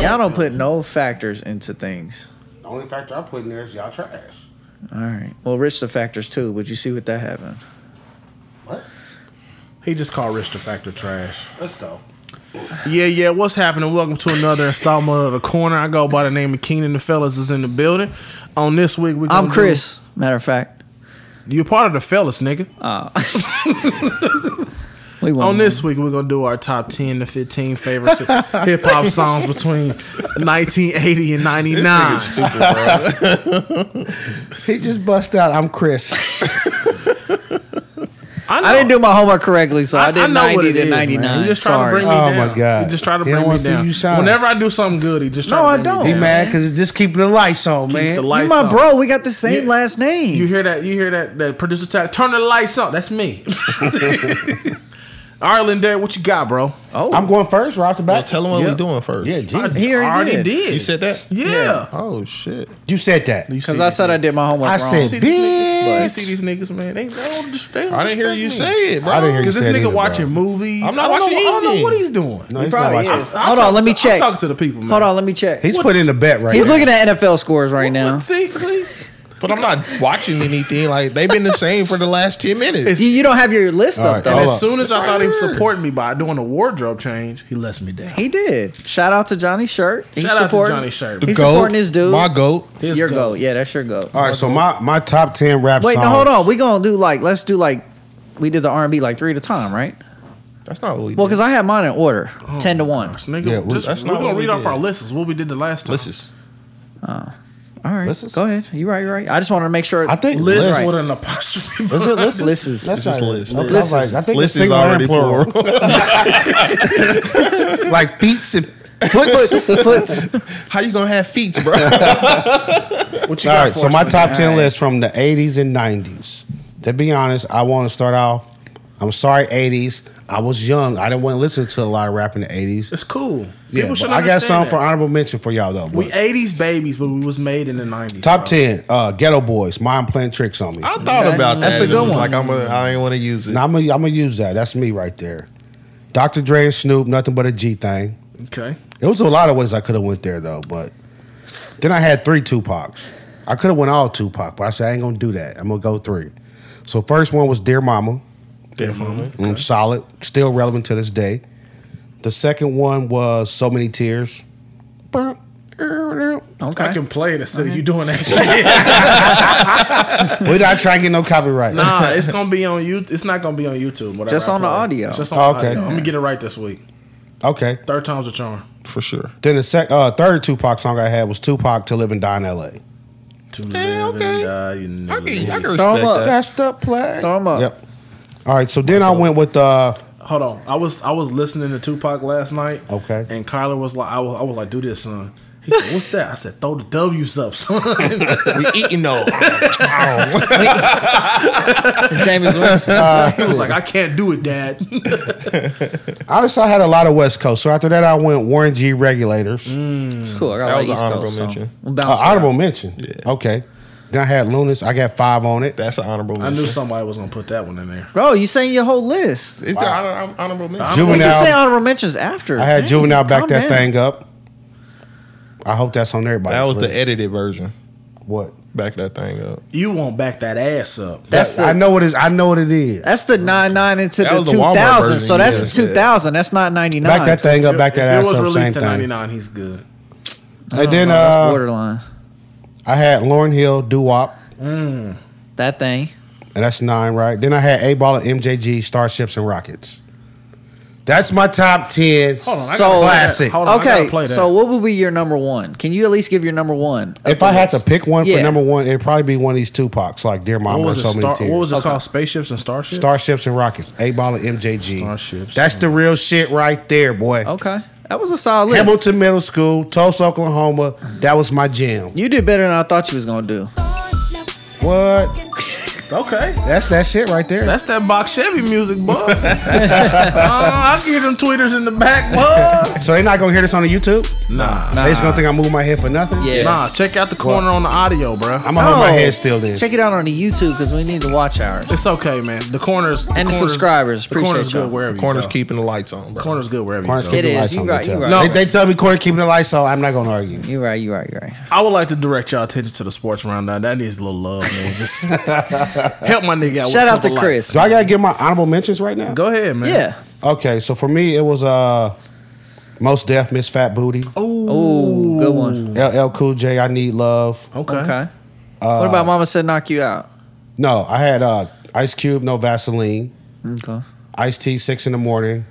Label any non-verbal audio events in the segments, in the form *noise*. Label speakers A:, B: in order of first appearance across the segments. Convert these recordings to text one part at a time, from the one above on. A: Y'all don't put no factors into things.
B: The only factor I put in there is y'all trash.
A: All right. Well, Rich the factors too, but you see what that happened.
B: What?
C: He just called Rich the Factor trash.
B: Let's go.
C: Yeah, yeah. What's happening? Welcome to another installment of the corner. I go by the name of Keenan. The fellas is in the building. On this week, we.
A: I'm
C: gonna
A: Chris. Matter of fact,
C: do- you're part of the fellas, nigga.
A: we won.
C: On this week, we're gonna do our top ten to
A: *laughs*
C: fifteen favorite hip hop songs between 1980 and 99.
D: He just bust out. I'm Chris.
C: know-
A: I didn't do my homework correctly, so I, did
C: know what
A: 90
C: it
A: to
C: is, man.
A: 99.
C: He just trying
A: Sorry.
C: to bring me
D: Oh,
C: down.
D: my God.
C: He just trying to
D: He don't
C: bring me
D: wanna see
C: down.
D: you shine.
C: Whenever I do something good, he just
A: No,
C: trying
A: I
C: to bring me
A: don't.
D: He
C: down.
D: mad because just keeping the lights on, man.
C: the lights
A: you my
C: on.
A: bro. We got the same
C: You-
A: last name.
C: You hear that? You hear that? That producer tag. Turn the lights up. That's me. *laughs* All right, Lindare, what you got, bro?
A: oh,
D: I'm going first, right off the
E: Well,
D: bat.
E: tell them what
C: Yep.
E: we're doing first.
D: yeah, Jesus.
A: He already did.
E: You said that?
C: yeah.
E: Oh shit.
D: You said that.
C: You see
A: because I
C: these
A: said I
C: niggas.
A: did my homework
D: I
A: wrong.
D: said,
C: See these niggas,
D: bitch.
C: you see these niggas, man. They, they don't, just- they don't
E: I didn't hear
C: respect
E: you
C: me.
E: say it, bro.
D: I didn't hear you
C: Cause this
D: say it
C: nigga
D: either, bro.
C: watching movies.
E: I'm not
C: I don't
E: watching
C: know, I don't know
E: anything.
C: what he's doing.
D: No, he's not
A: Probably
D: watching.
A: is.
C: I'm
A: Hold on,
C: talking
A: let me
C: to-
A: check.
C: I'm talking to the people, man.
A: Hold on, let me check.
D: He's putting in the bet right
A: He's
D: now.
A: looking at NFL scores right now.
C: Look, see, see.
E: But I'm not watching anything. Like they've been the same for the last ten minutes.
C: It's-
A: You, you don't have your list up
D: right, oh.
A: though.
D: hold
C: As
D: on.
C: soon as I
E: right
C: thought he was
E: here.
C: supporting me by doing a wardrobe change, he lets me down.
A: He did. Shout out to Johnny Shirt. He's
C: Shout out to
A: supporting,
C: Johnny Shirt.
A: He's
E: Goat,
A: supporting his dude.
E: My goat.
C: His
A: your
C: goat.
A: goat. Yeah, that's your goat.
D: All right, so my, my top 10 rap
A: Wait,
D: songs.
A: no, hold on. We gonna do like let's do like we did the R and B like three at a time, right?
E: That's not what we
A: Well,
E: did.
A: because I had mine in order,
D: Oh
A: ten to one.
C: Gosh, nigga,
D: Yeah, we-
C: just,
E: that's
C: we're
E: not
C: gonna
E: what we
C: read off
E: did.
C: our lists. is What we did the last time.
E: This is
A: All right,
D: Lists?
A: go ahead. You right, you right. I just wanted to make sure.
D: I think
C: List
D: Liz.
C: with an apostrophe.
D: Is it Liz?
A: Liz.
D: That's
E: just
D: not Liz.
E: Liz.
D: Okay, I
A: Liz
D: was
A: is-
D: like, I think it's
E: list is
D: single and
E: already
D: plural.
E: plural.
D: *laughs* like feats and foots.
A: Foots.
E: How you gonna have feet, *laughs* bro?
C: What you
D: All
C: got
D: right,
C: for
D: so
C: us,
D: my
C: man?
D: top
A: All
D: 10
A: right.
D: list from the 80s and 90s. To be honest, I want to start off. I'm sorry, 80s. I was young. I didn't want to listen to a lot of rap in the 80s.
C: It's cool.
D: Yeah,
C: should
D: but I got
C: understand
D: some
C: that.
D: for honorable mention for y'all though.
C: We
D: but-
C: eighties babies, but we was made in the nineties.
D: Top ten, uh, Ghetto Boys. Mind playing tricks on me.
E: I thought about that.
A: That's a
E: and it
A: good
E: was
A: one.
E: Like I'm, a, I ain't want to use it.
D: Now I'm gonna I'm gonna use that. That's me right there. Dr. Dre and Snoop, nothing but a G thing.
C: Okay.
D: It was a lot of ways I could have went there though, but then I had three Tupacs. I could have went all Tupac, but I said I ain't gonna do that. I'm gonna go three. So first one was Dear Mama. Mm, solid, still relevant to this day. The second one was So Many Tears. We're
A: Okay.
C: I can play it instead of you
A: *laughs*
C: doing that shit.
D: not trying to get no copyright.
C: nah, it's gonna be on you. It's not gonna be on YouTube. whatever
A: Just
C: I
A: on the
C: play.
A: audio.
C: It's just on the
D: Okay.
C: audio. I'm gonna get it right this week.
D: Okay.
C: Third time's a charm.
E: for sure.
D: Then the sec- uh, third Tupac song I had was Tupac to live and die in L.A.
C: To
E: Yeah,
C: live and
E: okay.
C: die, you know.
E: I can, I can
A: Throw 'em
E: respect
A: up.
E: that.
D: That's the play.
A: Throw 'em up.
D: Yep. All right. So then I went with *laughs* uh,
C: Hold on. I was I was listening to Tupac last night.
D: Okay.
C: And Kyler was like, I was, I was like, do this, son. He said, What's that? I said, throw the W's up, son. *laughs*
E: We eating though.
A: *laughs* James
D: *laughs*
A: Winston.
C: he was like, I can't do it, Dad.
D: honestly I had a lot of West Coast. So after that I went Warren G regulators.
A: It's cool. I got
E: That
A: like
E: was an
A: East
E: honorable
A: Coast. So.
E: mention.
A: We'll
D: Uh,
A: bounce it
D: honorable
A: out.
D: mention.
E: Yeah.
D: Okay. Then I had Lunas. I got five on it.
E: That's an honorable.
C: I knew
E: mention.
C: somebody was gonna put that one in there.
A: Bro, you saying your whole list?
E: It's the honor, honorable mention.
C: Ju-
A: You can say
D: Juvenile.
A: honorable mentions after.
D: I had
A: Dang,
D: Juvenile back
A: calm
D: that
A: down.
D: thing up. I hope that's on everybody.
E: that was the edited version.
D: What?
E: Back that thing up.
C: You won't back that ass up.
A: That's the
D: I know what it is. I know what it is.
A: that's the nine nine into
E: That
A: the
E: was the
A: two
E: Walmart
A: thousand.
E: version
A: So
E: you
A: that's
E: just
A: two
E: said.
A: thousand. That's not ninety nine.
D: Back that thing up. Back that
C: if
D: ass
C: it
D: up.
C: was
D: Same
C: released in
D: thing.
C: '99, he's good.
D: And then
A: Oh, that's
D: uh,
A: borderline.
D: I had Lauren Hill, Doo Wop,
A: That thing.
D: and that's nine, right? Then I had A Ball and MJG, Starships and Rockets. That's my top ten.
C: Hold on,
A: gotta
C: I
A: play that.
D: classic.
C: Hold on. I gotta
A: okay,
C: play that.
A: so what would be your number one? Can you at least give your number one? of
D: If
A: the
D: I had to
A: list?
D: pick one
A: Yeah.
D: for number one, it'd probably be one of these Tupacs, like Dear Mama
C: What
D: or
C: was,
D: So
C: it,
D: Many
C: Star,
D: Tears.
C: what was it called? Spaceships and Starships?
D: Starships and Rockets, A Ball and MJG.
C: Starships
D: That's the real shit right there, boy.
A: Okay, that was a solid list.
D: Hamilton Middle School, Tulsa, Oklahoma. That was my jam.
A: You did better than I thought you was gonna do.
D: What?
C: Okay.
D: That's that shit right there.
C: That's that box Chevy music, boy. *laughs* uh, I can hear them tweeters in the back, boy.
D: so they not gonna hear this on the YouTube.
C: Nah,
D: They just gonna think I moved my head for nothing.
A: Yeah.
C: nah. Check out the corner on the audio, bro.
D: I'm gonna hold my
A: No.
D: head still then.
A: Check it out on the YouTube because we need to watch ours.
C: it's okay, man. The corners
A: And the
C: corners-
A: subscribers.
C: The corners
A: Appreciate y'all.
C: good wherever
E: The corner's
C: you go.
E: keeping the lights on, bro.
C: corners good wherever
D: Corners
C: you
A: keep-
C: go.
D: keeping
A: It is.
D: the lights
A: You
D: on.
A: right,
D: they, tell
A: you
D: me.
A: right.
D: They- they tell me Corey keeping the lights on. I'm not gonna argue.
A: You're right. You're right. You're right.
C: I would like to direct y'all attention to the sports rundown. That needs a little love, man. Just *laughs* help my nigga out. with
A: Shout
C: a
A: out to
C: couple
A: Chris.
D: Do I gotta give my honorable mentions right now?
C: lights. Go ahead, man.
A: Yeah.
D: Okay, so for me it was uh most deaf Miss Fat Booty.
A: Oh, good one.
D: LL Cool J. I need love.
C: Okay.
A: Okay. what about Mama said knock you out?
D: No, I had uh Ice Cube, no Vaseline.
A: Okay.
D: Ice Tea, six in the morning,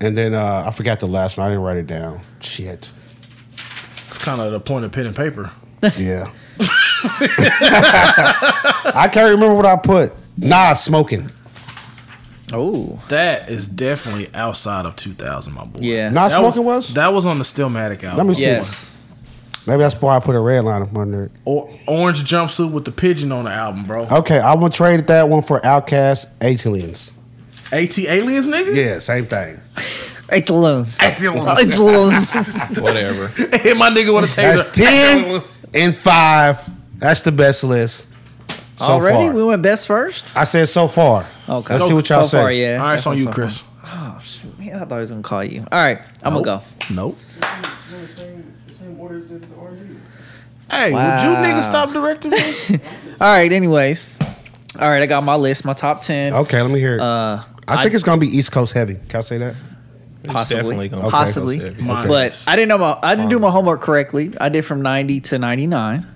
D: and then uh I forgot the last one. I didn't write it down. Shit.
C: It's kind of the point of pen and paper.
D: Yeah. *laughs* I can't remember what I put. Nah, smoking.
A: Oh.
C: That is definitely outside of 2000, my boy.
A: Yeah.
D: Not
C: That
D: smoking was.
C: That was on the Stillmatic album.
D: Let me see.
A: yes.
D: Maybe that's why I put a red line up under it.
C: Or, orange jumpsuit with the pigeon on the album, bro.
D: Okay, I'm gonna trade that one for Outcast Aliens.
C: AT Aliens, nigga?
D: Yeah, same thing.
A: Eight loans. *laughs* Eight loans.
E: Whatever.
C: *laughs* Hit my nigga with a taser.
D: That's
C: *laughs*
D: ten and five. That's the best list. So
A: Already,
D: far.
A: we went best first.
D: I said so far.
A: Okay.
D: Let's see what y'all
A: so Far,
D: say.
A: yeah.
C: All right, it's on
A: That's
C: you,
A: so
C: Chris.
A: far. Oh shoot, man! I thought I was gonna call you. All right, I'm gonna go.
C: Nope.
F: the same, the same order as the, the R&B.
C: Hey, would you
A: Wow.
C: nigga stop directing this?
A: All right. Anyways, all right. I got my list, my top ten.
D: Okay, let me hear it.
A: Uh,
D: I think it's gonna be East Coast heavy. Can I say that?
A: possibly,
E: definitely gonna be
A: possibly.
E: close, yeah.
C: Mine
A: But
C: is.
A: I didn't know my I didn't do
D: Um,
A: my homework correctly. I did from ninety to ninety nine.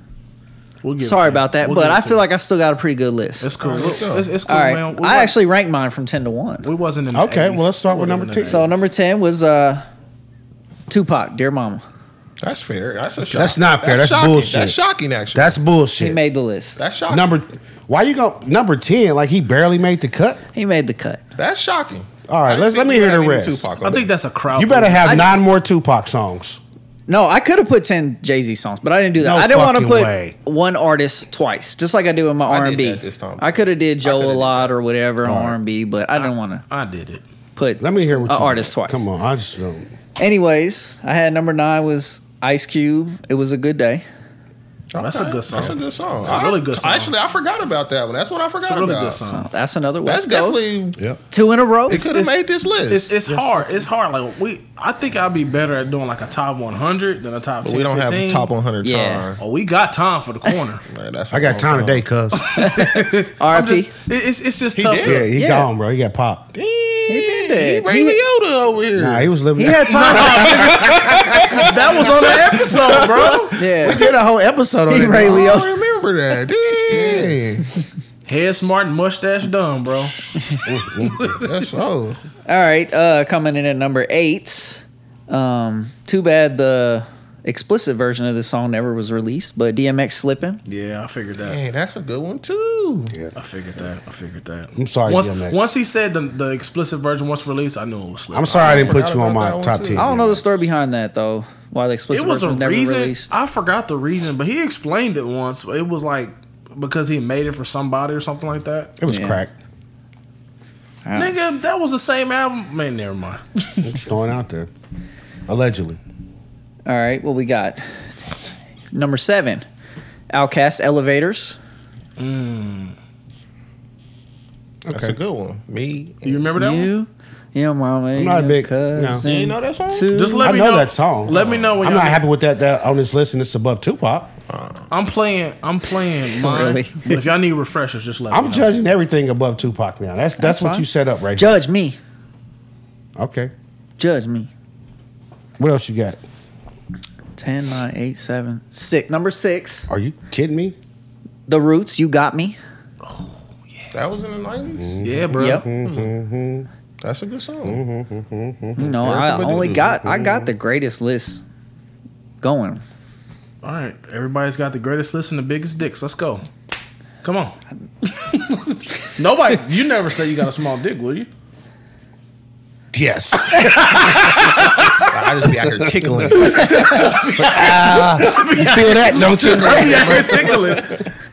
C: We'll give it to
A: Sorry
C: you.
A: about that,
C: We'll
A: but
C: give it
A: I
C: to
A: feel
C: you.
A: like I still got a pretty good list.
C: it's cool.
E: Let's
C: It's,
E: go.
C: it's cool,
A: all right,
C: man. We
A: I
C: wa-
A: actually ranked mine from ten to one.
C: we wasn't in. The
D: Okay,
C: 80s.
D: well, let's start with
C: We wasn't
D: number
C: in the
D: two.
C: 80s.
A: So number ten was uh, Tupac, Dear Mama.
E: That's fair. That's a shock.
D: That's not fair. That's
E: shocking.
D: bullshit.
E: That's shocking, actually.
D: That's
A: He
D: bullshit.
A: made the list.
E: that's shocking.
D: number. Why you go number ten? Like he barely made the cut.
A: He made the cut.
E: That's shocking.
D: All right,
E: I
D: let's let
E: think
D: me
E: you
D: hear
E: had
D: the
E: any
D: rest.
E: Tupac on
C: I think
E: there.
C: that's a crowd.
D: You better
C: pleaser.
D: have
A: I-
D: nine more Tupac songs.
A: No, I could have put ten Jay Z songs, but I didn't do that.
D: No
A: I didn't want to
D: fucking
A: put
D: way.
A: one artist twice, just like I do in my R
E: I
A: and
E: did
A: B.
E: that this time.
A: I could have did Joe a
E: could've
A: lot or whatever on
D: All right.
A: R and B, but I didn't want to
C: I did it.
A: put.
D: Let me hear what
A: a
D: you got.
A: artist twice.
D: Come on, I just don't.
A: Anyways, I had number nine was Ice Cube. It was a good day.
C: That's a good song.
E: That's a good song.
C: It's a really good
E: I-
C: song.
E: Actually, I forgot about that one. That's what I forgot
C: It's a really
E: about.
C: good song.
A: So that's another
E: That's
A: West Coast.
E: definitely.
D: Yep.
A: Two in a row.
E: It could have
C: it's-
E: made this list.
C: It's it's hard. It's hard. Like we, I think I'd be better at doing like a top 100 than a top.
E: but
C: 10,
E: we don't have
C: 15.
E: top 100
A: Yeah.
E: time.
C: Oh, we got time for
A: *laughs*
C: the corner.
E: Man, that's
D: I got
E: what I'm
D: time today, cuz. *laughs*
C: I'm
A: R.I.P.
C: just, it- it's it's just tough.
E: did.
D: yeah,
C: To,
D: he
A: Yeah.
D: gone, bro. He got popped.
E: talking about.
A: He been there.
E: He Ray
A: He-
E: Liotta over here. *laughs*
D: Nah, he was living.
A: He
D: *laughs*
A: had time.
C: that was on
E: *laughs*
C: the episode, bro.
D: we
A: yeah, *laughs*
D: did a whole episode on
A: he
D: it.
A: Ray
E: I
A: Leo.
E: don't remember that. Dang.
C: Head smart and mustache dumb, bro.
E: That's oh.
A: All right, uh, coming in at number eight. Um, too bad the explicit version of this song never was released, but DMX slipping.
C: Yeah, I figured that.
E: Hey, that's a good one too.
C: I figured that. I figured that.
D: I'm sorry,
C: Once,
D: DMX.
C: once he said the, the explicit version once released, I knew it was slick.
D: I'm sorry I didn't put
E: forgot
D: you on
E: about
D: my
E: that one,
D: top
E: too.
D: ten.
A: I don't know the story behind that though. Why the explicit
C: It was a
A: version was never
C: reason.
A: released?
C: I forgot the reason, but he explained it once. It was like because he made it for somebody or something like that.
D: It was
A: Yeah.
D: crack.
A: Yeah.
C: Nigga, that was the same album. Man, never mind.
D: I'm just throwing out there. Allegedly.
A: All right, what we got? Number seven, Outcast Elevators.
E: That's a good one. Me.
C: Do you remember that one?
A: *laughs* You, yeah, mama, I'm
D: not a big-
E: You ain't know that song?
C: Just let
D: I
C: me
D: know that song.
C: Let me know when
D: I'm
C: y'all
D: not
C: get-
D: happy with that, that on this list, and it's above Tupac.
C: I'm playing. I'm playing
A: *laughs*
C: mine.
A: Really?
C: But if y'all need refreshers, just let me
D: I'm
C: know.
D: judging everything above Tupac now. That's that's, what
A: fine.
D: you set up right here.
A: Judge me,
D: Okay.
A: judge me.
D: What else you got?
A: Ten, nine, eight, seven, six. Number six,
D: Are you kidding me?
A: The Roots. You got me.
E: That was in the 90s.
C: Yeah, bro.
A: Yep.
E: That's a good song.
A: You know,
E: Yeah,
A: I
E: but-
A: only got I got the greatest list going.
C: All right. Everybody's got the greatest list and the biggest dicks. Let's go.
A: *laughs*
C: Come on. Nobody. You never say you got a small
A: *laughs*
C: dick, will you?
D: Yes.
E: I just be out here tickling.
D: you feel that, don't you?
C: Yeah, tickling.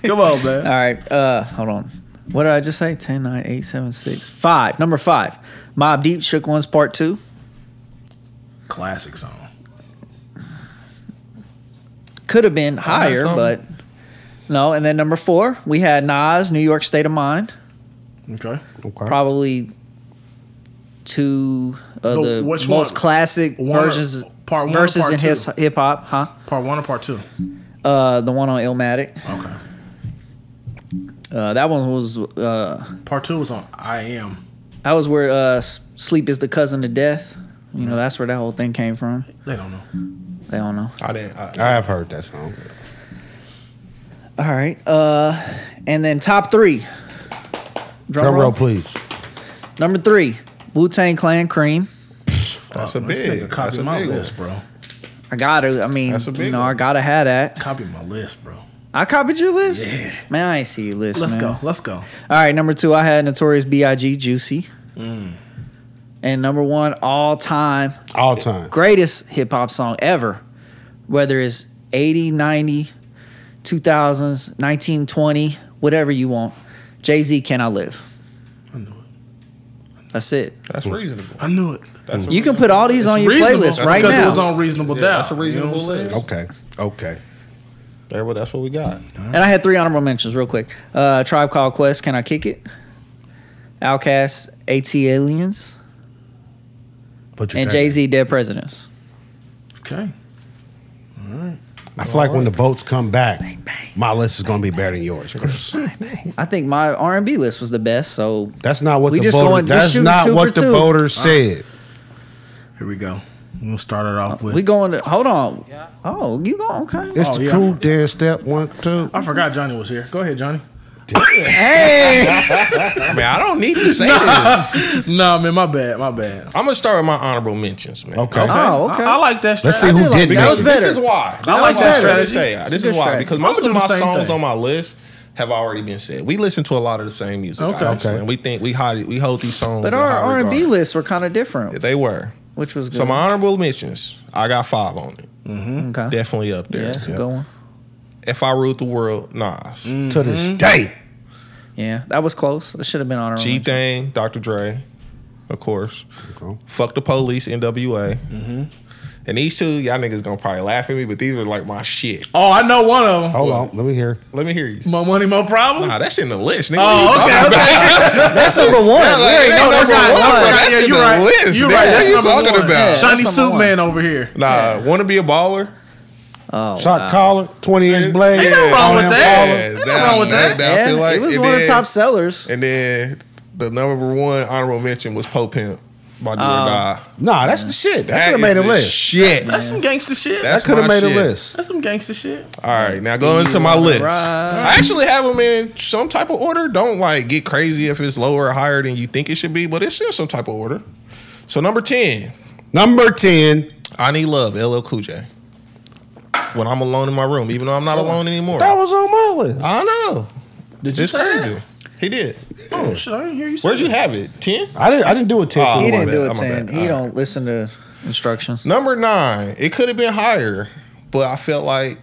C: Come on, man.
A: All right. Uh, hold on. What did I just say? 10, 9, 8, 7, 6, 5. Number 5. Mob Deep Shook Ones Part 2.
C: Classic song.
A: Could have been higher,
E: something.
A: but no. And then number 4, we had Nas New York State of Mind.
C: Okay.
D: Okay.
A: Probably two of
C: The-
A: the
C: which
A: most
C: one?
A: classic
C: One or-
A: versions
C: part one or
A: verses
C: part
A: in
C: two?
A: his hip hop, huh?
C: Part one or part two?
A: Uh, the one on Illmatic.
C: Okay.
A: Uh, that one was uh,
C: Part two was on I Am.
A: that was where uh, S- Sleep is the cousin of death. You know, that's where that whole thing came from.
C: They don't know.
A: They don't know.
E: I didn't. I,
D: *laughs* I have heard that song.
A: All right. Uh, and then top three. Drum,
D: Drum
A: roll.
D: roll, please.
A: Number three, Wu Tang Clan Cream.
E: that's a
C: Oh, This
E: big.
C: nigga copied
E: That's a
C: my
E: big one.
C: list, bro.
A: I gotta. I mean,
E: That's a big
A: you know,
E: one.
A: I gotta have that.
C: Copied my list, bro.
A: I copied your list.
C: Yeah.
A: Man, I ain't see your list.
C: Let's
A: man.
C: go. Let's go.
A: All right. Number two, I had Notorious B.I.G. Juicy.
C: Mm.
A: And number one, all time
D: All time.
A: greatest hip hop song ever, whether it's 80, 90, 2000s, 1920, whatever you want. Jay Z, Can I Live?
C: I knew it.
A: That's it.
E: That's reasonable.
C: I knew it.
E: That's a
A: Mm-hmm. You can put all these on your
C: reasonable.
A: playlist right
C: because
A: now.
C: it was on reasonable
E: Yeah,
C: doubt.
E: that's a reasonable
C: what I'm
E: list.
C: saying?
D: Okay. Okay.
E: There, well, that's what we got.
A: and I had three honorable mentions real quick. Uh, Tribe Called Quest, Can I Kick It? Outcast, AT Aliens,
D: Put your
A: and
D: thing.
A: Jay Z, Dead Presidents.
C: Okay.
D: I feel like when the votes come back, my list is gonna be better than yours,
A: *laughs*
D: Chris.
A: I think my R and B list was the best. So
D: That's not what
A: We
D: the
A: just
D: voter.
A: going- we're
D: that's
A: shooting
D: not
A: two
D: what
A: for
D: the
A: two.
D: voters said.
C: Here we go. We'll start it off with.
A: Uh, we going to hold on. Oh, you going
E: *laughs*
A: okay?
D: It's
C: Oh,
D: the
C: yeah.
D: cool dance step one two.
C: I forgot Johnny was here. Go ahead, Johnny. *laughs*
A: Hey,
E: I mean, I don't need to say this.
C: Nah, man, my bad. My bad.
E: I'm gonna start with my honorable mentions, man.
D: Okay.
A: Oh, okay.
C: I, I like that.
D: Let's
C: strategy.
D: see
A: I
D: who
A: did like
D: did, make
A: that. That
D: it.
A: was better.
E: This is why.
C: I like
E: This is why
C: that
E: I'm trying to
C: strategy.
E: say.
A: It's a
E: This
A: good
E: is why
A: strategy.
E: because
C: I'm
E: most
C: gonna
E: of
C: do
E: my
C: the same
E: songs
C: thing.
E: on my list have already been said. We listen to a lot of the same music,
C: Okay.
E: obviously,
D: Okay.
E: and we think we hide, we hold these songs.
A: but
E: in
A: our
E: high
A: R and B
E: regard.
A: lists were kind of different,
E: they were.
A: which was good.
E: So my honorable mentions, I got five on it.
A: okay.
E: Definitely up there.
A: Yeah, that's a good one.
E: If I ruled the world, Nas,
A: Mm.
D: to this day.
A: Yeah, that was close. It should have been honorable.
E: G
A: mention.
E: Thing, Dr. Dre, of course. Fuck the police, NWA.
A: Mm-hmm.
E: And these two, y'all niggas gonna probably laugh at me, but these are like my shit.
C: Oh, I know one of them.
D: Hold on, let me hear.
E: Let me hear you.
C: More money, more problems.
E: Nah, that's in the list. Nigga,
C: Oh,
E: What you
C: okay,
E: talking about?
A: That's number one.
E: Yeah,
A: We
E: like,
A: already
E: that's
A: know
E: number
A: that's not
E: one.
A: one.
E: That's
C: yeah,
E: in
C: you're
E: the
C: right.
E: list,
C: You're
E: nigga.
C: right. That's
E: What you
C: number
E: talking
C: one.
E: about?
A: Yeah,
C: Shiny
A: that's
C: suit
A: number
C: man over here.
E: Nah, wanna be a baller?
A: Oh,
D: Shot
A: wow.
D: collar, twenty inch blade.
C: Ain't nothing wrong
D: on
C: with
D: him
C: that.
D: collar.
C: Ain't nothing wrong with that.
E: I
A: Yeah,
E: feel like-
A: it was
E: and
A: one of the
E: then-
A: top sellers.
E: And then the number one honorable mention was Pope Pimp by Do or Die.
D: Nah, that's the shit. That could have
E: is
D: made a
E: the
D: list.
E: Shit.
C: Um, That's some gangster shit.
E: That's
D: that could have
E: my
D: made a
E: shit.
D: list.
C: That's some gangster shit.
E: All right, now going to my list.
A: ride?
E: I actually have them in some type of order. Don't like get crazy if it's lower or higher than you think it should be, but it's still some type of order. So number ten,
D: Number ten.
E: I need love, LL Cool J. When I'm alone in my room, even though I'm not
C: Oh.
E: alone anymore.
D: That was on my list.
E: I know.
C: Did
E: It's
C: say
E: crazy.
C: that?
E: He did.
C: Oh shit! I didn't hear you. Say
E: Where'd you
C: that.
E: have it? Ten.
D: I didn't. I didn't do a ten.
E: Oh,
A: he
E: my
A: didn't do
E: bad,
A: it
E: I'm a
A: ten.
E: bad.
A: He
E: All
A: don't listen to instructions.
E: Number nine. It could have been higher, but I felt like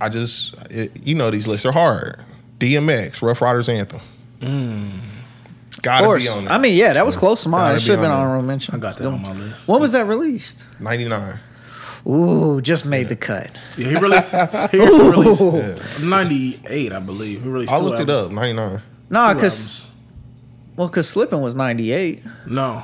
E: I just it, you know these lists are hard. DMX, Rough Riders Anthem.
A: Of
E: Gotta
A: course.
E: be on there.
A: I mean, yeah, that was close to mine.
E: Gotta
A: It
E: be
A: should have been
E: on there.
A: honorable mention.
C: I got that on my list.
A: When was that released?
E: 99.
A: Ooh, just made the cut.
C: Yeah, he
E: *laughs*
C: released. He released '98, I believe. He released.
E: I
C: two
E: looked it
C: albums.
E: up. 99.
A: Nah,
C: Two
A: Ah, cause well, cause Slippin' was ninety eight.
C: albums. no.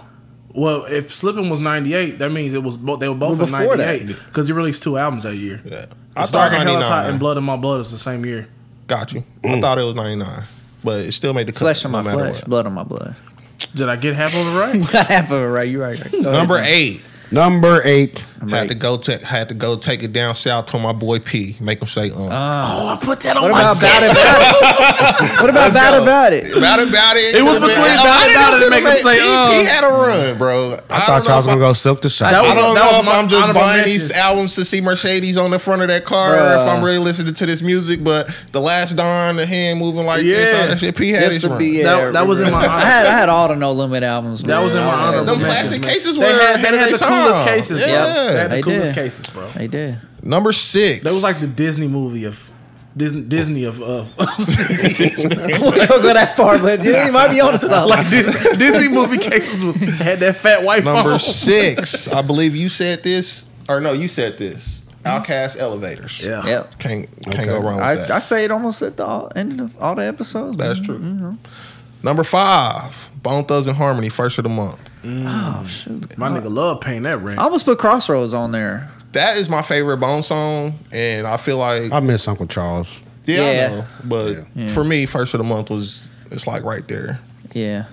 C: Well, if Slippin' was '98, that means it was both. They were both
A: Well,
C: in
A: before that.
C: '98 because he released two albums that year.
E: Yeah. I
C: I
E: thought
C: Stark and Hell is
E: 99.
C: Hot and Blood in My Blood is the same year.
E: Got you. I thought it was 99. But it still made the cut.
A: Flesh on
E: no
A: my
E: matter
A: flesh,
E: what.
A: blood on my blood. *laughs*
C: Did I get half of
E: *laughs*
C: it right?
A: Half of it, right? You're right. right. Go ahead,
E: Number
A: John.
E: eight.
D: Number eight.
A: Number
E: Had
A: eight.
E: to go ta- had to go take it down south to my boy P. Make him say um.
C: oh, I put that on
A: What
C: my
A: about bad about it? What about bad
E: go.
A: about it?
E: About about it.
C: It was
E: could've
C: between
E: been-
C: about
E: I
C: it,
E: didn't
C: about it,
E: know
C: and make him
E: could've
C: say,
E: made- He
C: um.
E: had a run, bro.
D: I thought y'all was gonna go silk the shot.
C: That
E: I
C: was-
E: don't
C: that
E: know if
C: was my
E: I'm just
C: honorable
E: buying
C: mentions.
E: these albums to see Mercedes on the front of that car, or if
A: Bruh.
E: I'm really listening to this music. But the last Don, the hand moving like this,
C: Yeah.
E: all that shit. P had
A: Just
E: his
A: to
E: run.
A: be
C: That-
A: yeah,
C: that was in my
A: I had I had all the No Limit albums.
C: That
A: man.
C: was in
A: I
C: my
A: had
C: honorable
E: Them
C: mentions,
E: plastic
C: man.
E: cases
C: they
E: were ahead
C: had, they
E: of
C: had
E: their
C: the coolest
E: time.
C: cases, bro.
E: Yeah.
C: They had the
A: They did.
C: coolest
A: *laughs*
C: cases, bro.
A: They did.
E: Number six.
C: That was like the Disney movie of Disney, Disney of, of, *laughs* of CDs.
A: I wouldn't go that far, but yeah, you might be on to something.
C: like Dis- Disney movie cases with, had that fat white
E: *laughs* Number
C: *laughs* phone.
E: six, I believe you said this, or no, you said this. Outcast elevators.
C: Yeah.
A: Yep.
E: can't can't
D: Okay.
E: go wrong with
A: I,
E: that.
A: I say it almost at the all, end of all the episodes.
E: That's
A: man.
E: true. Number five, Bone Thugs and Harmony, first of the month.
A: Oh shoot!
C: My nigga love paying that rent.
A: I almost put Crossroads on there.
E: That is my favorite Bone song, and I feel like
D: I miss Uncle Charles.
E: yeah, I
A: Yeah.
E: know, but
A: Yeah.
E: for me, first of the month was it's like right there.
A: Yeah.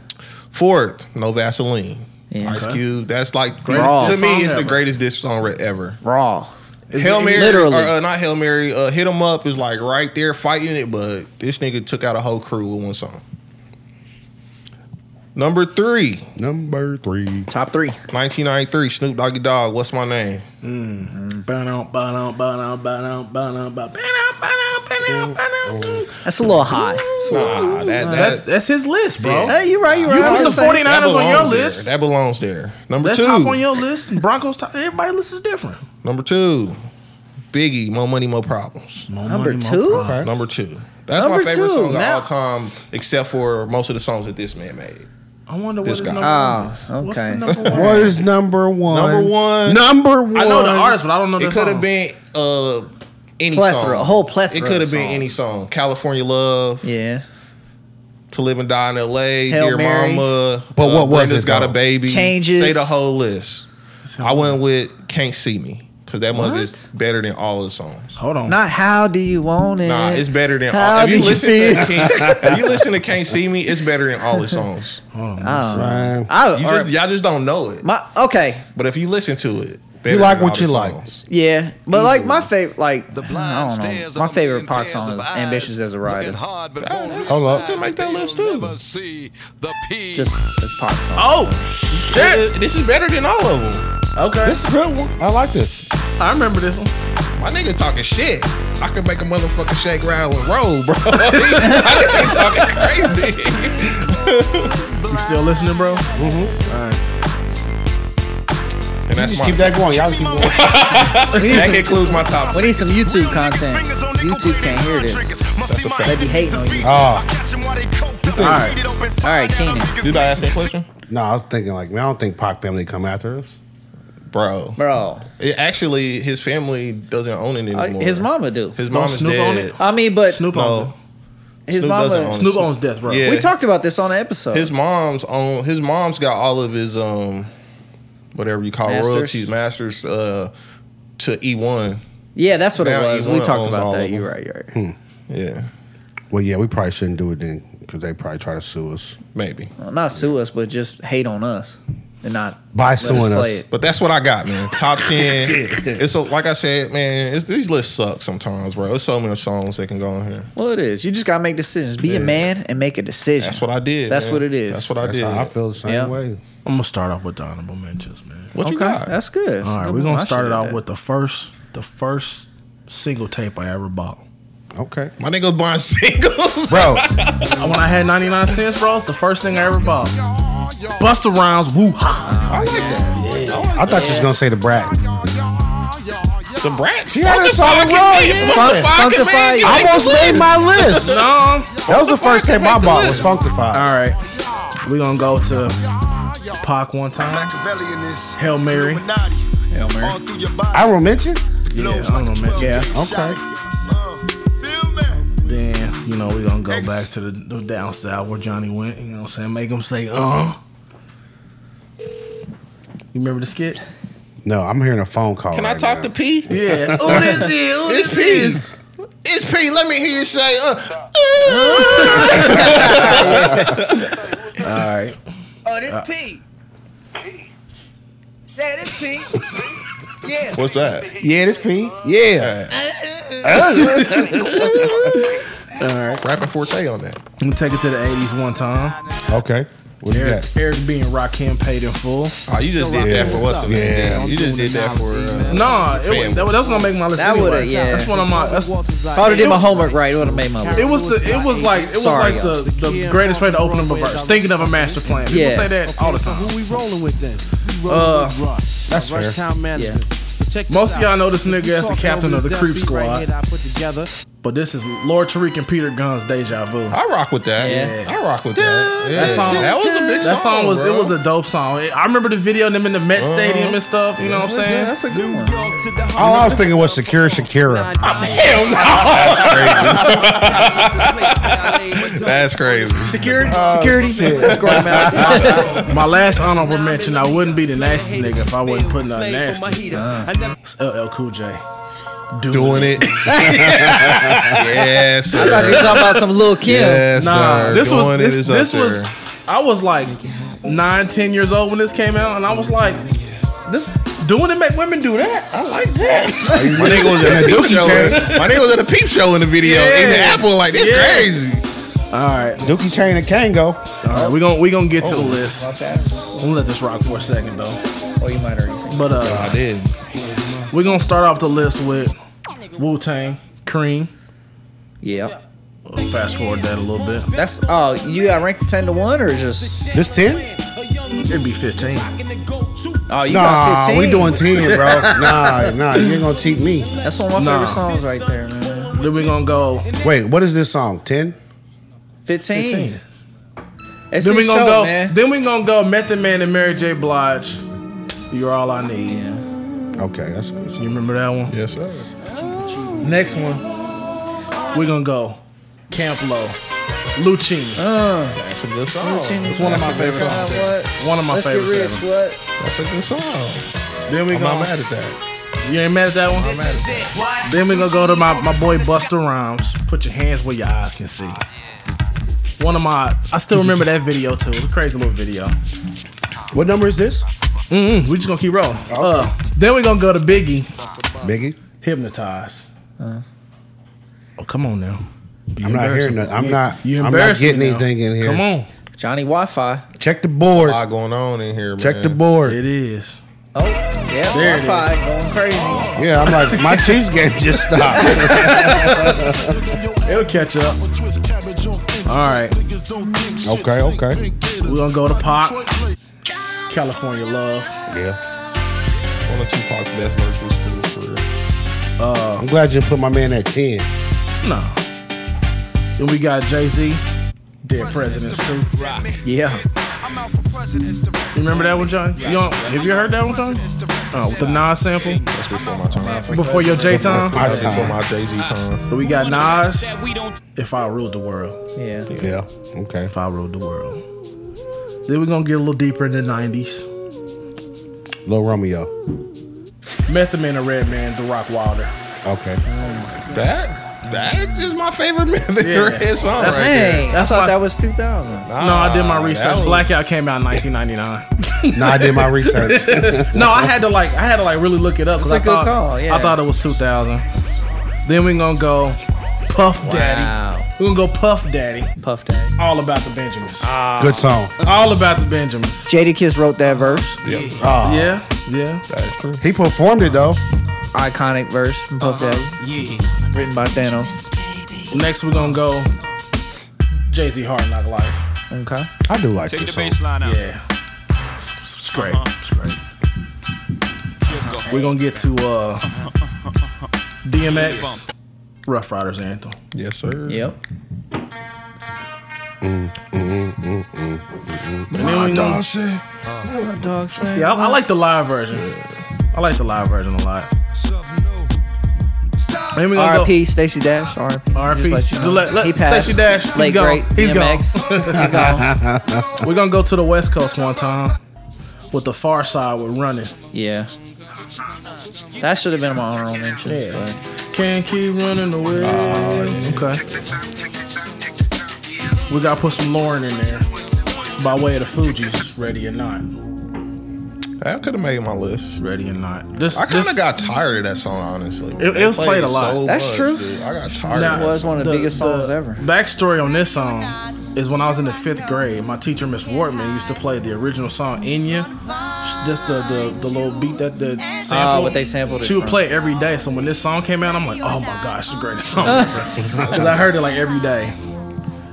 E: Fourth, No Vaseline.
A: Yeah.
E: Ice
C: Okay.
E: Cube. That's like
C: Greatest
A: diss
E: to me.
C: song
E: It's the
C: ever.
E: greatest diss song re- ever.
A: Raw.
C: Is
E: Hail
C: it-
E: Mary,
A: literally.
E: or uh, not Hail Mary. Uh, Hit 'em up is like right there fighting it, but this nigga took out a whole crew with one song. Number three,
D: Number three.
A: Top three.
E: 1993, Snoop Doggy Dog. What's my name?
C: Ba-dum, ba-dum, ba-dum, ba-dum, ba-dum, ba- ba-dum, ba-dum, ba-dum, ba-dum.
A: That's a little high. It's a little-
E: Nah, that,
C: That's that's his list, bro.
E: Yeah.
A: Hey, you right. You right.
C: You
A: I
C: put the
A: was saying-
C: 49ers
E: belongs
C: on your
E: there.
C: list.
E: That belongs there. Number
C: That's
E: two.
C: top on your list. and Broncos top. Everybody list is different.
E: Number two, Biggie, More Money, More Problems.
A: Number money, more two? problems.
D: Okay.
E: Number two. That's
A: Number
E: my favorite
A: two,
E: song
C: now-
E: of all time, except for most of the songs that this man made.
C: I wonder what
E: This
C: his
E: guy.
C: number
A: Ah,
C: one is. What's the
A: okay.
C: number one?
D: What is number one?
E: Number one.
D: Number one.
C: I know the artist, but I don't know their
E: It could have
C: song.
E: been uh, any
A: Plethora,
E: song.
A: a whole plethora
E: It could have
A: of
E: been
A: songs.
E: any song. California Love,
A: Yeah.
E: To Live and Die in L.A.,
A: Hail
E: Dear
A: Mary.
E: Mama. uh,
D: But what was
E: Brenda's
D: it,
E: Got a
D: though?
E: baby.
A: Changes.
E: Say the whole list. I went with Can't See Me because that mother is better than all of the songs.
C: Hold on.
A: Not how do you want it?
E: Nah, it's better than
A: How
E: all. If you,
A: did you
E: listen
A: feel?
E: to King, if you listen to Can't See Me, it's better than all his songs.
C: Hold on.
A: Oh.
D: Right.
A: *laughs* I,
D: *laughs*
E: You
A: or-
E: just, y'all just don't know it.
A: my okay.
E: But if you listen to it, better
D: You like
E: than
D: what
E: all
D: you
E: his
D: like.
E: songs.
A: Yeah, but like my favorite, like
G: The blind
A: I don't
G: stares
A: know, my
G: of a
A: favorite
G: million
A: Park
G: pairs
A: song
G: of
A: is
G: eyes,
A: "Ambitious as a
G: Looking
A: Realizer."
G: hard, but
E: Yeah,
G: won't
E: that's-
D: Hold up.
G: realize
E: Could make that
G: they'll
E: list, too.
G: never see the P.
A: Just this Park song.
C: Oh
E: This
C: shit.
E: is- This is better than all of them.
C: Okay.
D: This is a good one. I like this.
C: I remember this one.
E: My nigga talking shit. I could make a motherfucking shake, rattle, and roll, bro. *laughs* I nigga talking
C: *laughs*
E: crazy.
C: You still listening, bro?
E: And that's
D: Just
E: my,
D: keep that going. Y'all keep going.
E: *laughs*
A: We need
E: that
A: some,
E: concludes my top.
A: we need some YouTube content. YouTube can't hear this.
H: That's a fact.
A: They be hating on you.
D: Ah.
H: All
A: right. All right, Keenan.
E: Did I ask me a question?
D: No, I was thinking like, man, I don't think Pac family come after us.
E: Bro,
A: bro.
E: it, actually, his family doesn't own it
A: Uh,
E: anymore.
A: his mama do.
E: His mom is
C: Snoop own
E: dead.
C: it?
A: I mean, but
C: Snoop owns
E: No,
A: his
E: Snoop doesn't
A: mama.
E: own
C: it.
E: it.
C: Snoop owns Death Row.
E: Yeah.
A: We talked about this on the episode.
E: His mom's on. His mom's got all of his um, whatever you call
A: Masters?
E: royalties, masters uh, to E one.
A: yeah, that's what it
E: Now
A: was.
E: E1
A: We talked
E: owns
A: about
E: all
A: that.
E: of them.
A: You're right. You're right.
E: Yeah,
D: Well, yeah, we probably shouldn't do it then because they probably try to sue us.
E: maybe.
A: Well, not sue us, but just hate on us and not
D: By
A: let us
D: suing
A: play
D: us.
A: it.
E: But that's what I got, man.
A: *laughs*
E: Top ten. it's a, like I said, man. It's, these lists suck sometimes, bro. There's so many songs that can go on here.
A: Well, it is. You just gotta make decisions. Be a
E: Yeah.
A: man and make a decision.
E: That's what I did.
A: That's
E: man.
A: what it is.
E: That's what I
D: That's
E: did.
D: how I feel the same
A: Yeah.
D: way.
C: I'm gonna start off with honorable mentions, man.
E: What you got?
A: That's good.
C: All right, we're gonna start it out with the first, the first single tape I ever bought.
D: Okay.
E: my nigga was buying *laughs* singles.
D: Bro,
C: And When I had 99 cents, bro, it's the first thing I ever bought. Busta Rhymes, woo ha.
E: I like that.
D: I thought you was gonna say the brat.
E: The brat.
D: She had us on the road. yeah.
E: Funkified,
A: Funkified.
E: man. You
D: I
E: make the
D: almost made *laughs*
E: list.
D: my list.
C: No. All
D: That was the first tape I bought was Funkified.
C: right, we gonna go to Pac one time. Hail Mary.
A: Hail Mary.
D: I will mention.
C: Yeah, I don't know, man. Yeah.
D: Okay.
G: uh,
C: Then you know we gonna go back to the, the down south where Johnny went. You know what I'm saying? Make him say, uh. You remember the skit?
D: No, I'm hearing a phone call.
E: Can I
D: right
E: talk
D: now.
E: to P?
C: Yeah.
A: Oh.
C: Who this is? Who
E: It's
C: this is?
E: P. It's P. Let me hear you say. Uh,
C: All right. Uh.
I: Oh, this P. Yeah, this P. yeah. Uh,
E: What's that?
D: Yeah, this P. Yeah.
I: uh.
E: Rapping Forte on that.
C: Let me take it to the 80s one time.
D: Okay. What you
C: Eric,
D: got?
C: Eric being Rakim paid in full.
E: Oh, you just did that for what's the name?
D: Yeah.
E: Yeah, you just did that for. Uh,
C: Nah, it was, that, was- that was gonna make my list.
A: That
C: anyway.
A: would've- yeah.
C: That's one of my. That's,
A: If I would have did my homework right, it would have made my list.
C: it was the. It was like. It was
A: Sorry,
C: like the, the greatest way to open up a verse. Thinking of a master plan. People
A: Yeah.
C: say that all the time.
J: Who we rolling with then? We
C: Uh,
J: rolling with Russ.
D: that's
J: Rush
D: fair.
J: Town Management.
A: Yeah.
J: So check this
C: Most of y'all
J: out.
C: know this
J: If
C: nigga
J: you
C: as the
J: talk
C: captain
J: over
C: of the
J: this
C: Creep
J: beat right
C: Squad.
J: here that I put together.
C: But this is Lord Tariq and Peter Gunn's Deja Vu.
E: I rock with that.
C: Yeah.
E: I rock with that. Yeah.
C: That song-
E: that was a big song.
C: that song was
E: bro.
C: it was a dope song. I remember the video of them in the Met Stadium and stuff. You know what I'm saying?
A: Yeah, that's a good one.
C: *laughs*
D: All I was thinking was Secure Shakira.
C: Hell no.
E: That's crazy.
A: Security, security. That's Gordon Mallory.
C: My last honorable mention, I wouldn't be the nasty nigga if I wasn't putting out nasty.
A: Uh.
C: It's LL Cool J. Doing,
E: Doing it. yes, sir.
A: I thought you were talking about some little Kim.
E: Yes,
C: Nah,
E: sir.
C: this was
E: Doing it
C: this,
E: is up
C: this was.
E: there.
C: I was like nine, ten years old when this came out, and I was like, this doing it make women do that. I like that.
E: My nigga was at
D: And
E: a
D: the
E: peep
D: Dookie
E: show.
D: Chain.
E: My nigga was at a peep show in the video.
C: Yeah.
E: Eating apple like this
C: Yeah.
E: crazy.
C: all right,
D: Dookie Chain and Kango.
C: all right, we gonna we gonna get to the list. I'm gonna let this rock for a second though.
A: Oh, you might already seen.
C: But uh,
E: I did.
C: we're gonna start off the list with Wu Tang, Cream.
A: Yeah.
C: Fast forward that a little bit.
A: That's oh, you got ranked ten to one or just
D: This 10?
C: It'd be 15.
A: oh you got
D: Nah,
A: fifteen.
D: we doing 10, bro.
C: *laughs*
D: Nah, nah, you ain't gonna cheat me.
A: That's one of my
C: Nah.
A: favorite songs right there, man.
C: Then we're gonna go.
D: Wait, what is this song? 10?
A: Fifteen.
C: 15.
A: It's
C: Then
A: then
C: we
A: show,
C: gonna go.
A: man.
C: Then we gonna go. Method Man and Mary J. Blige. You're all I need.
D: Okay, that's good.
C: You remember that one?
E: Yes, sir.
C: Next one, we're gonna go Camp Low, Lucini.
E: That's a good song.
A: It's
C: one of my favorite songs.
A: uh, What?
C: One of my
A: Let's
C: favorites
A: get rich.
C: ever.
A: What?
E: That's a good song.
C: Then we
E: I'm
C: gonna.
E: not mad at that.
C: You ain't mad at that one? Then we gonna go to my, my boy Buster Rhymes. Put your hands where your eyes can see. One of my, I still remember that video too. It was a crazy little video.
D: What number is this?
C: Mm, we just gonna keep rolling. Uh, then we gonna go to Biggie,
D: Biggie?
C: Hypnotize. Oh, come on now. You
D: I'm not
C: embarrassing
D: hearing nothing.
C: me.
D: I'm
C: You-
D: not,
C: You
D: I'm not
C: embarrassing
D: getting
C: me now.
D: anything in here.
C: Come on.
A: Johnny Wi-Fi.
D: Check the
E: A
D: board.
E: lot going on in here,
D: Check
E: man.
D: the board.
C: It is.
A: Oh, yeah,
C: There it
A: Wi-Fi going crazy.
D: Yeah, I'm like, my Chiefs game just stopped.
C: It'll catch up. All right.
D: okay, okay.
C: We're gonna go to Pop. California Love.
D: Yeah.
E: One of Tupac's best verses for his career.
D: I'm glad you put my man at 10.
C: No. Then we got Jay Z. Dead Presidents too.
A: Yeah.
C: You remember that one, John? You don't, have you heard that one, John? Oh, with the Nas sample
E: That's before my time.
C: before your J time.
D: My
E: That's before
D: time.
E: my Jay Z time.
C: We got Nas. If I ruled the world.
A: Yeah.
D: Yeah. Okay.
C: If I ruled the world. Then we're gonna get a little deeper in the '90s.
D: Lil Romeo.
C: Method Man and Red Man, The Rock Wilder.
D: Okay.
E: That that is my favorite *laughs* Method
C: Yeah.
E: Red song
C: That's-
E: right there.
A: Dang,
C: That's
A: I thought
C: why-
A: that was 2000.
C: no, I did my
E: Ah, that
C: research.
E: was-
C: Blackout came out in 1999.
D: Nah, I did my research.
C: no, I had to like, I had to like really look it up because
A: It's a
C: I
A: good
C: thought
A: call, yeah.
C: I thought it was 2000. Then we're gonna go Puff Daddy.
A: Wow.
C: We're gonna go Puff Daddy.
A: Puff Daddy.
C: All about the Benjamins.
D: Good song.
C: All about the Benjamins.
A: Jada Kiss wrote that verse.
C: Yeah, yeah.
E: That's true.
D: He performed it though.
A: Iconic verse from Puff
C: Uh-huh.
A: Daddy. Written by Thanos.
C: Next we're gonna go Jay Z Hard Knock Life.
A: Okay.
D: I do like
G: Take the
D: this song.
G: baseline out.
C: Yeah, it's, it's great. It's great. We're gonna get to uh, DMX, Rough Riders Anthem.
E: Yes, sir.
A: Yep.
C: And then we gonna, yeah, I, I like the live version. I like the live version a lot. Then we gonna go.
A: R.I.P. Stacey Dash. R.I.P.
C: R.I.P..
A: Just let you know.
C: Let- let-
A: he passed.
C: Stacey Dash, he's
A: Late
C: gone.
A: great.
C: He's gone.
A: DMX. He's gone.
C: *laughs* We're gonna go to the West Coast one time with the Far Side with running.
A: *laughs* Yeah. That should have been my honorable mentions.
C: Yeah.
A: but-
C: Can't keep running away. Okay. We gotta put some Lauren in there by way of the Fugees. Ready or not?
E: That could have made my list.
C: Ready or not? This
E: I kind
C: this-
E: of got tired of that song, honestly.
C: It- it
E: They
C: was played a lot.
A: That's true.
E: dude. I got tired.
C: Nah,
E: of that
A: was one of the biggest songs ever.
C: Backstory on this song is when I was in the fifth grade, my teacher Miss Wortman used to play the original song Inya. Just the the, the little beat that the sample.
A: uh, Ah, what they sampled it
C: She would
A: from.
C: play it every day. So when this song came out, I'm like, oh my gosh, it's the greatest song ever. Because I heard it like every day.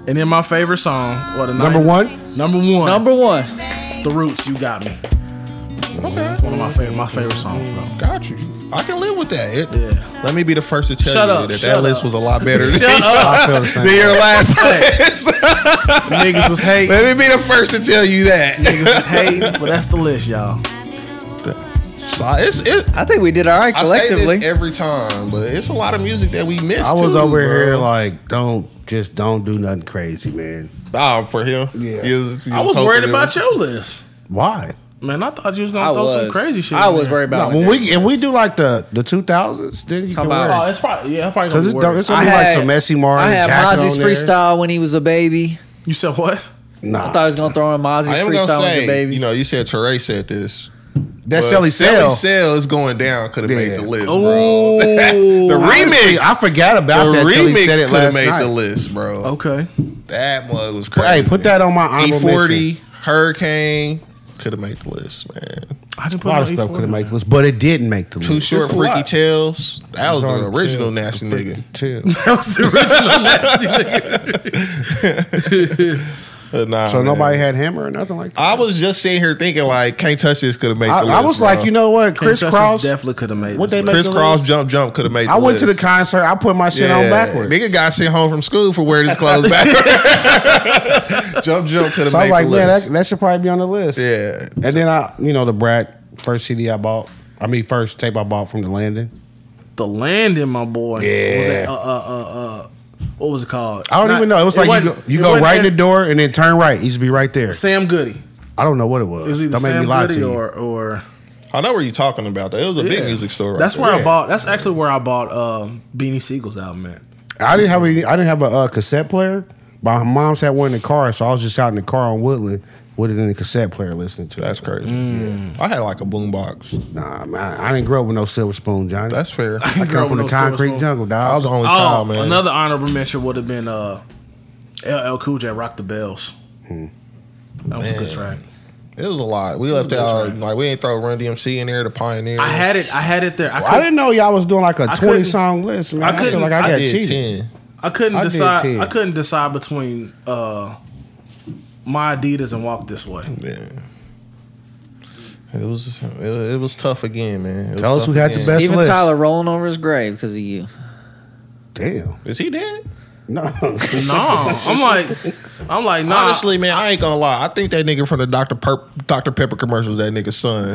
C: And then my favorite song, well, the
D: Number
C: night-
D: one?
C: number one,
A: Number one.
C: The Roots, you got me.
E: Okay.
C: One of my favorite, my favorite songs, bro.
E: Got you. I can live with that. It-
C: Yeah.
E: Let me be the first to tell
C: Shut
E: you
C: up,
E: that
C: shut
E: that list
C: up.
E: was a lot
C: *laughs*
E: better *laughs* than,
C: Shut
D: *laughs*
C: up.
D: I feel the same.
E: than your last list.
C: Niggas was hate.
E: Let me be the first to tell you that.
C: Niggas was hate, but that's the list, y'all.
E: So it's, it,
A: I think we did all right
E: I say this
A: collectively.
E: every time, but it's a lot of music that we miss.
D: I was
E: too,
D: over
E: bro.
D: here like, don't just don't do nothing crazy, man.
E: oh, for him. Yeah,
C: I was worried about your list.
D: Why?
C: Man, I thought you was gonna
A: I
C: throw some
A: was
C: crazy shit.
A: I
C: in
A: was
C: there.
A: worried about
D: No, when
A: it.
D: we if we do like the the two thousands, then you
A: Talking
D: can
A: about-
C: Oh,
D: wear.
C: it's probably yeah, it's probably
D: Because
C: gonna
D: it's,
C: be
D: don't-
C: worse.
D: it's gonna be like some messy Mar.
A: I had
D: Jack
A: Mozzie's freestyle when he was a baby.
C: You said what?
D: Nah,
A: I thought I was gonna throw in Mozzie's
E: I am
A: freestyle
E: gonna
A: when he was a
E: say,
A: baby.
E: you know, you said Teray said this.
D: that's
E: but
D: Sally Sell.
E: Sally Sell is going down. Could have made
D: Yeah.
E: the list, bro. the
C: Oh,
E: remix.
D: Honestly, I forgot about
E: the
D: that till he
E: remix
D: said it
E: could
D: last
E: have made
D: night.
E: the list, bro.
C: okay.
E: That one was
D: Hey,
E: crazy.
D: put that on my
E: E
D: honorable mention.
E: forty Hurricane could have made the list, man.
C: I didn't
D: A
C: put
D: lot
C: no E
D: of stuff
C: E40
D: could have made
C: *laughs* down.
D: the list, but it didn't make the list.
E: Too short,
C: It's a
E: freaky
C: lot.
E: tales. That was
D: on
E: the original
D: two.
E: nasty nigga.
D: Chill.
C: That was the original nasty nigga.
E: But
D: *laughs*
E: nah,
D: So
E: man.
D: nobody had hammer or nothing like that.
E: I was just sitting here thinking like, can't touch this. Could have made.
D: I,
E: the list,
D: I was
E: bro.
D: like, you know what, Chris
C: Kentucky
D: Cross.
C: definitely could have made.
D: What
C: this
D: they
C: list.
D: make-
E: Chris Cross jump jump could have made.
D: I went to the
E: list.
D: concert. I put my shit on backwards.
E: Nigga got sent home from school for wearing
D: *laughs*
E: his clothes backwards. jump jump could have
D: So I was
E: made
D: like,
E: the
D: man, that,
E: list.
D: that should probably be on the list.
E: yeah.
D: And then I, you know, the Brat first CD I bought. I mean, first tape I bought from the landing.
C: the landing, my boy. What was that?
D: Yeah.
C: Uh, uh, uh, uh, what was it called?
D: I don't
C: Not-
D: even know. It was like
C: it
D: you go,
C: wasn't-
D: you
C: it
D: go
C: wasn't
D: right in the
C: that-
D: door and then turn right. He should be right there.
C: Sam Goody.
D: I don't know what it was.
C: It was either
D: don't make
C: Sam
D: me lie
C: Goody
D: to you.
C: or or
E: I know where you're talking about. That it was a big
C: Yeah.
E: music store. Right
C: that's
E: there.
C: where I
D: Yeah.
C: bought. That's actually where I bought um, Beanie Siegel's album at.
D: I didn't have any. I didn't have a uh, cassette player. My mom's had one in the car, so I was just out in the car on Woodland with it in the cassette player listening to.
E: That's
D: it.
E: crazy.
D: Mm.
E: I had like a boombox.
D: Nah, man, I, I didn't grow up with no silver spoon, Johnny. *laughs*
E: That's fair.
D: I
E: I
D: come
C: grow
D: from
C: with
D: the
C: no silver
D: concrete
C: spoon.
D: jungle,
E: was
D: dog.
E: the only
C: Oh,
E: child, man.
C: another honorable mention would have been uh, LL Cool J Rock the Bells.
D: Hmm.
C: That was a good
E: Man.
C: track.
E: It was a lot. We left
C: a good
E: out
C: track.
E: like we ain't throw Run DMC in there. The Pioneer.
C: I had it. I had it there. I,
D: I
C: couldn't.
D: didn't know y'all was doing like a twenty
C: couldn't-
D: song list, man.
C: I
D: I, feel
C: couldn't-
D: like I,
C: I
D: got
E: did
D: cheated.
E: 10.
C: I couldn't
D: I did
C: decide.
D: too.
C: I couldn't decide between uh, my Adidas and Walk This Way. *laughs*
E: Yeah. It was it, it was tough again, man. It was
D: Tell us
E: tough
D: who had the
E: again.
D: best-
A: Even
D: list.
A: Tyler rolling over his grave because of you.
D: Damn.
E: Is he dead?
D: No. *laughs*
C: No, I'm like, I'm like, nah.
E: Honestly, man, I ain't gonna lie. I think that nigga from the Dr. Perp, Dr. Pepper commercials, that
D: *laughs*
E: nigga's son.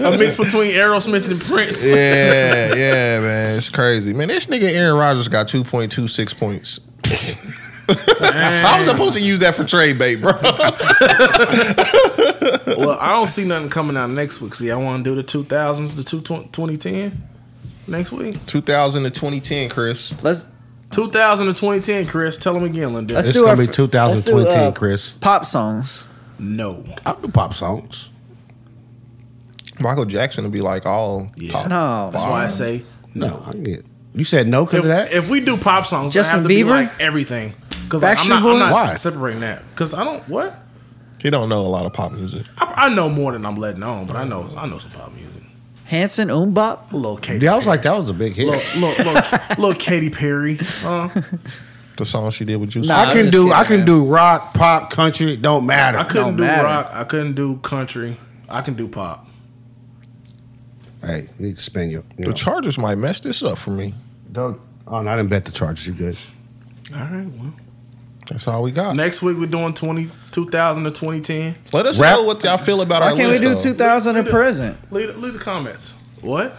C: a mix between Aerosmith and Prince.
E: yeah, yeah, man, it's crazy, man. This nigga Aaron Rodgers got two point two six
D: *laughs*
E: points. *laughs* I was supposed to use that for trade bait, bro.
C: Well, I don't see nothing coming out next week. See, I want to do the 2000s, the 20- 2010 next week.
E: Two thousand to twenty ten, Chris.
A: Let's
C: 2000 to 2010, Chris. Tell them again, Linda.
A: let's
D: It's
A: do
D: gonna
A: our
D: be
A: fir-
D: 2020,
A: let's do, uh,
D: Chris.
A: Pop songs.
C: no.
D: I do pop songs.
E: Michael Jackson would be like all
C: Yeah.
E: top.
A: No,
C: That's why I say
D: No, I get. You said no because
C: if,
D: of that.
C: if we do pop songs,
A: Justin
C: Justin have to Bieber,
A: Bieber?
C: be like everything. Because like, I'm
A: Backstreet
C: not,
A: Boy?
C: I'm not
D: Why?
C: separating that. Because I don't what
E: He don't know a lot of pop music.
C: I, I know more than I'm letting on, but I know I know some pop music.
A: Hanson Umbop.
C: A little Katy,
D: yeah, I was like, that was a big hit.
C: little, little, little, *laughs* little Katy Perry. Uh,
E: The song she did with Juicy.
A: Nah.
D: I
A: I'm
D: can
A: just
D: do.
A: kidding,
D: I can
A: man.
D: do rock, pop, country. It Don't matter.
C: I couldn't
A: Don't
C: do
A: matter.
C: rock. I couldn't do country. I can do pop.
D: hey, you need to spend your. You know.
E: The Chargers might mess this up for me.
D: don't. Oh, no, I didn't bet the Chargers. You good?
C: All right. Well,
E: That's all we got.
C: next week we're doing 20, 2000 to twenty ten.
E: Let us
D: Rap-
E: know what y'all feel about
A: Why
E: our
A: can't we
E: list.
A: do
E: though.
A: 2000 and present?
C: Leave, leave the comments. What?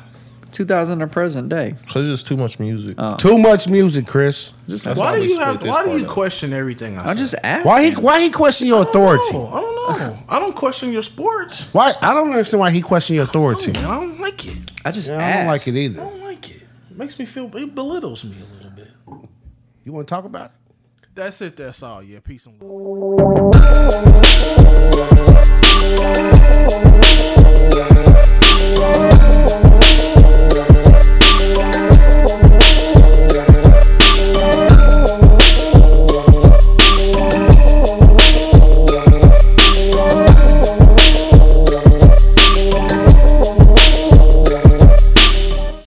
A: 2000 and present day.
E: 'Cause there's too much music.
A: Uh,
D: Too much music, Chris.
A: Just
E: That's
C: Why
E: why
C: do
E: we
C: you
E: split
C: have?
E: this
C: Why do
E: part
C: you
E: up.
C: question everything? I
A: I'm
C: say?
A: just asking.
D: Why he? Why he question your authority?
C: No, I don't know. I don't question your sports.
D: Why? I don't understand why he question your authority.
C: I don't like it.
A: I just
D: Yeah, I
A: asked.
D: don't like it
C: I
D: either.
C: don't like it. It makes me feel it belittles me a little bit.
D: You want to talk about it?
C: That's it. That's all. Yeah. Peace and love.